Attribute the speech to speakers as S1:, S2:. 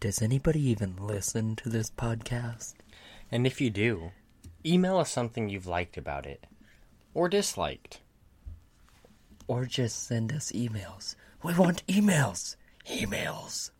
S1: Does anybody even listen to this podcast?
S2: And if you do, email us something you've liked about it or disliked.
S1: Or just send us emails? We want emails! Emails!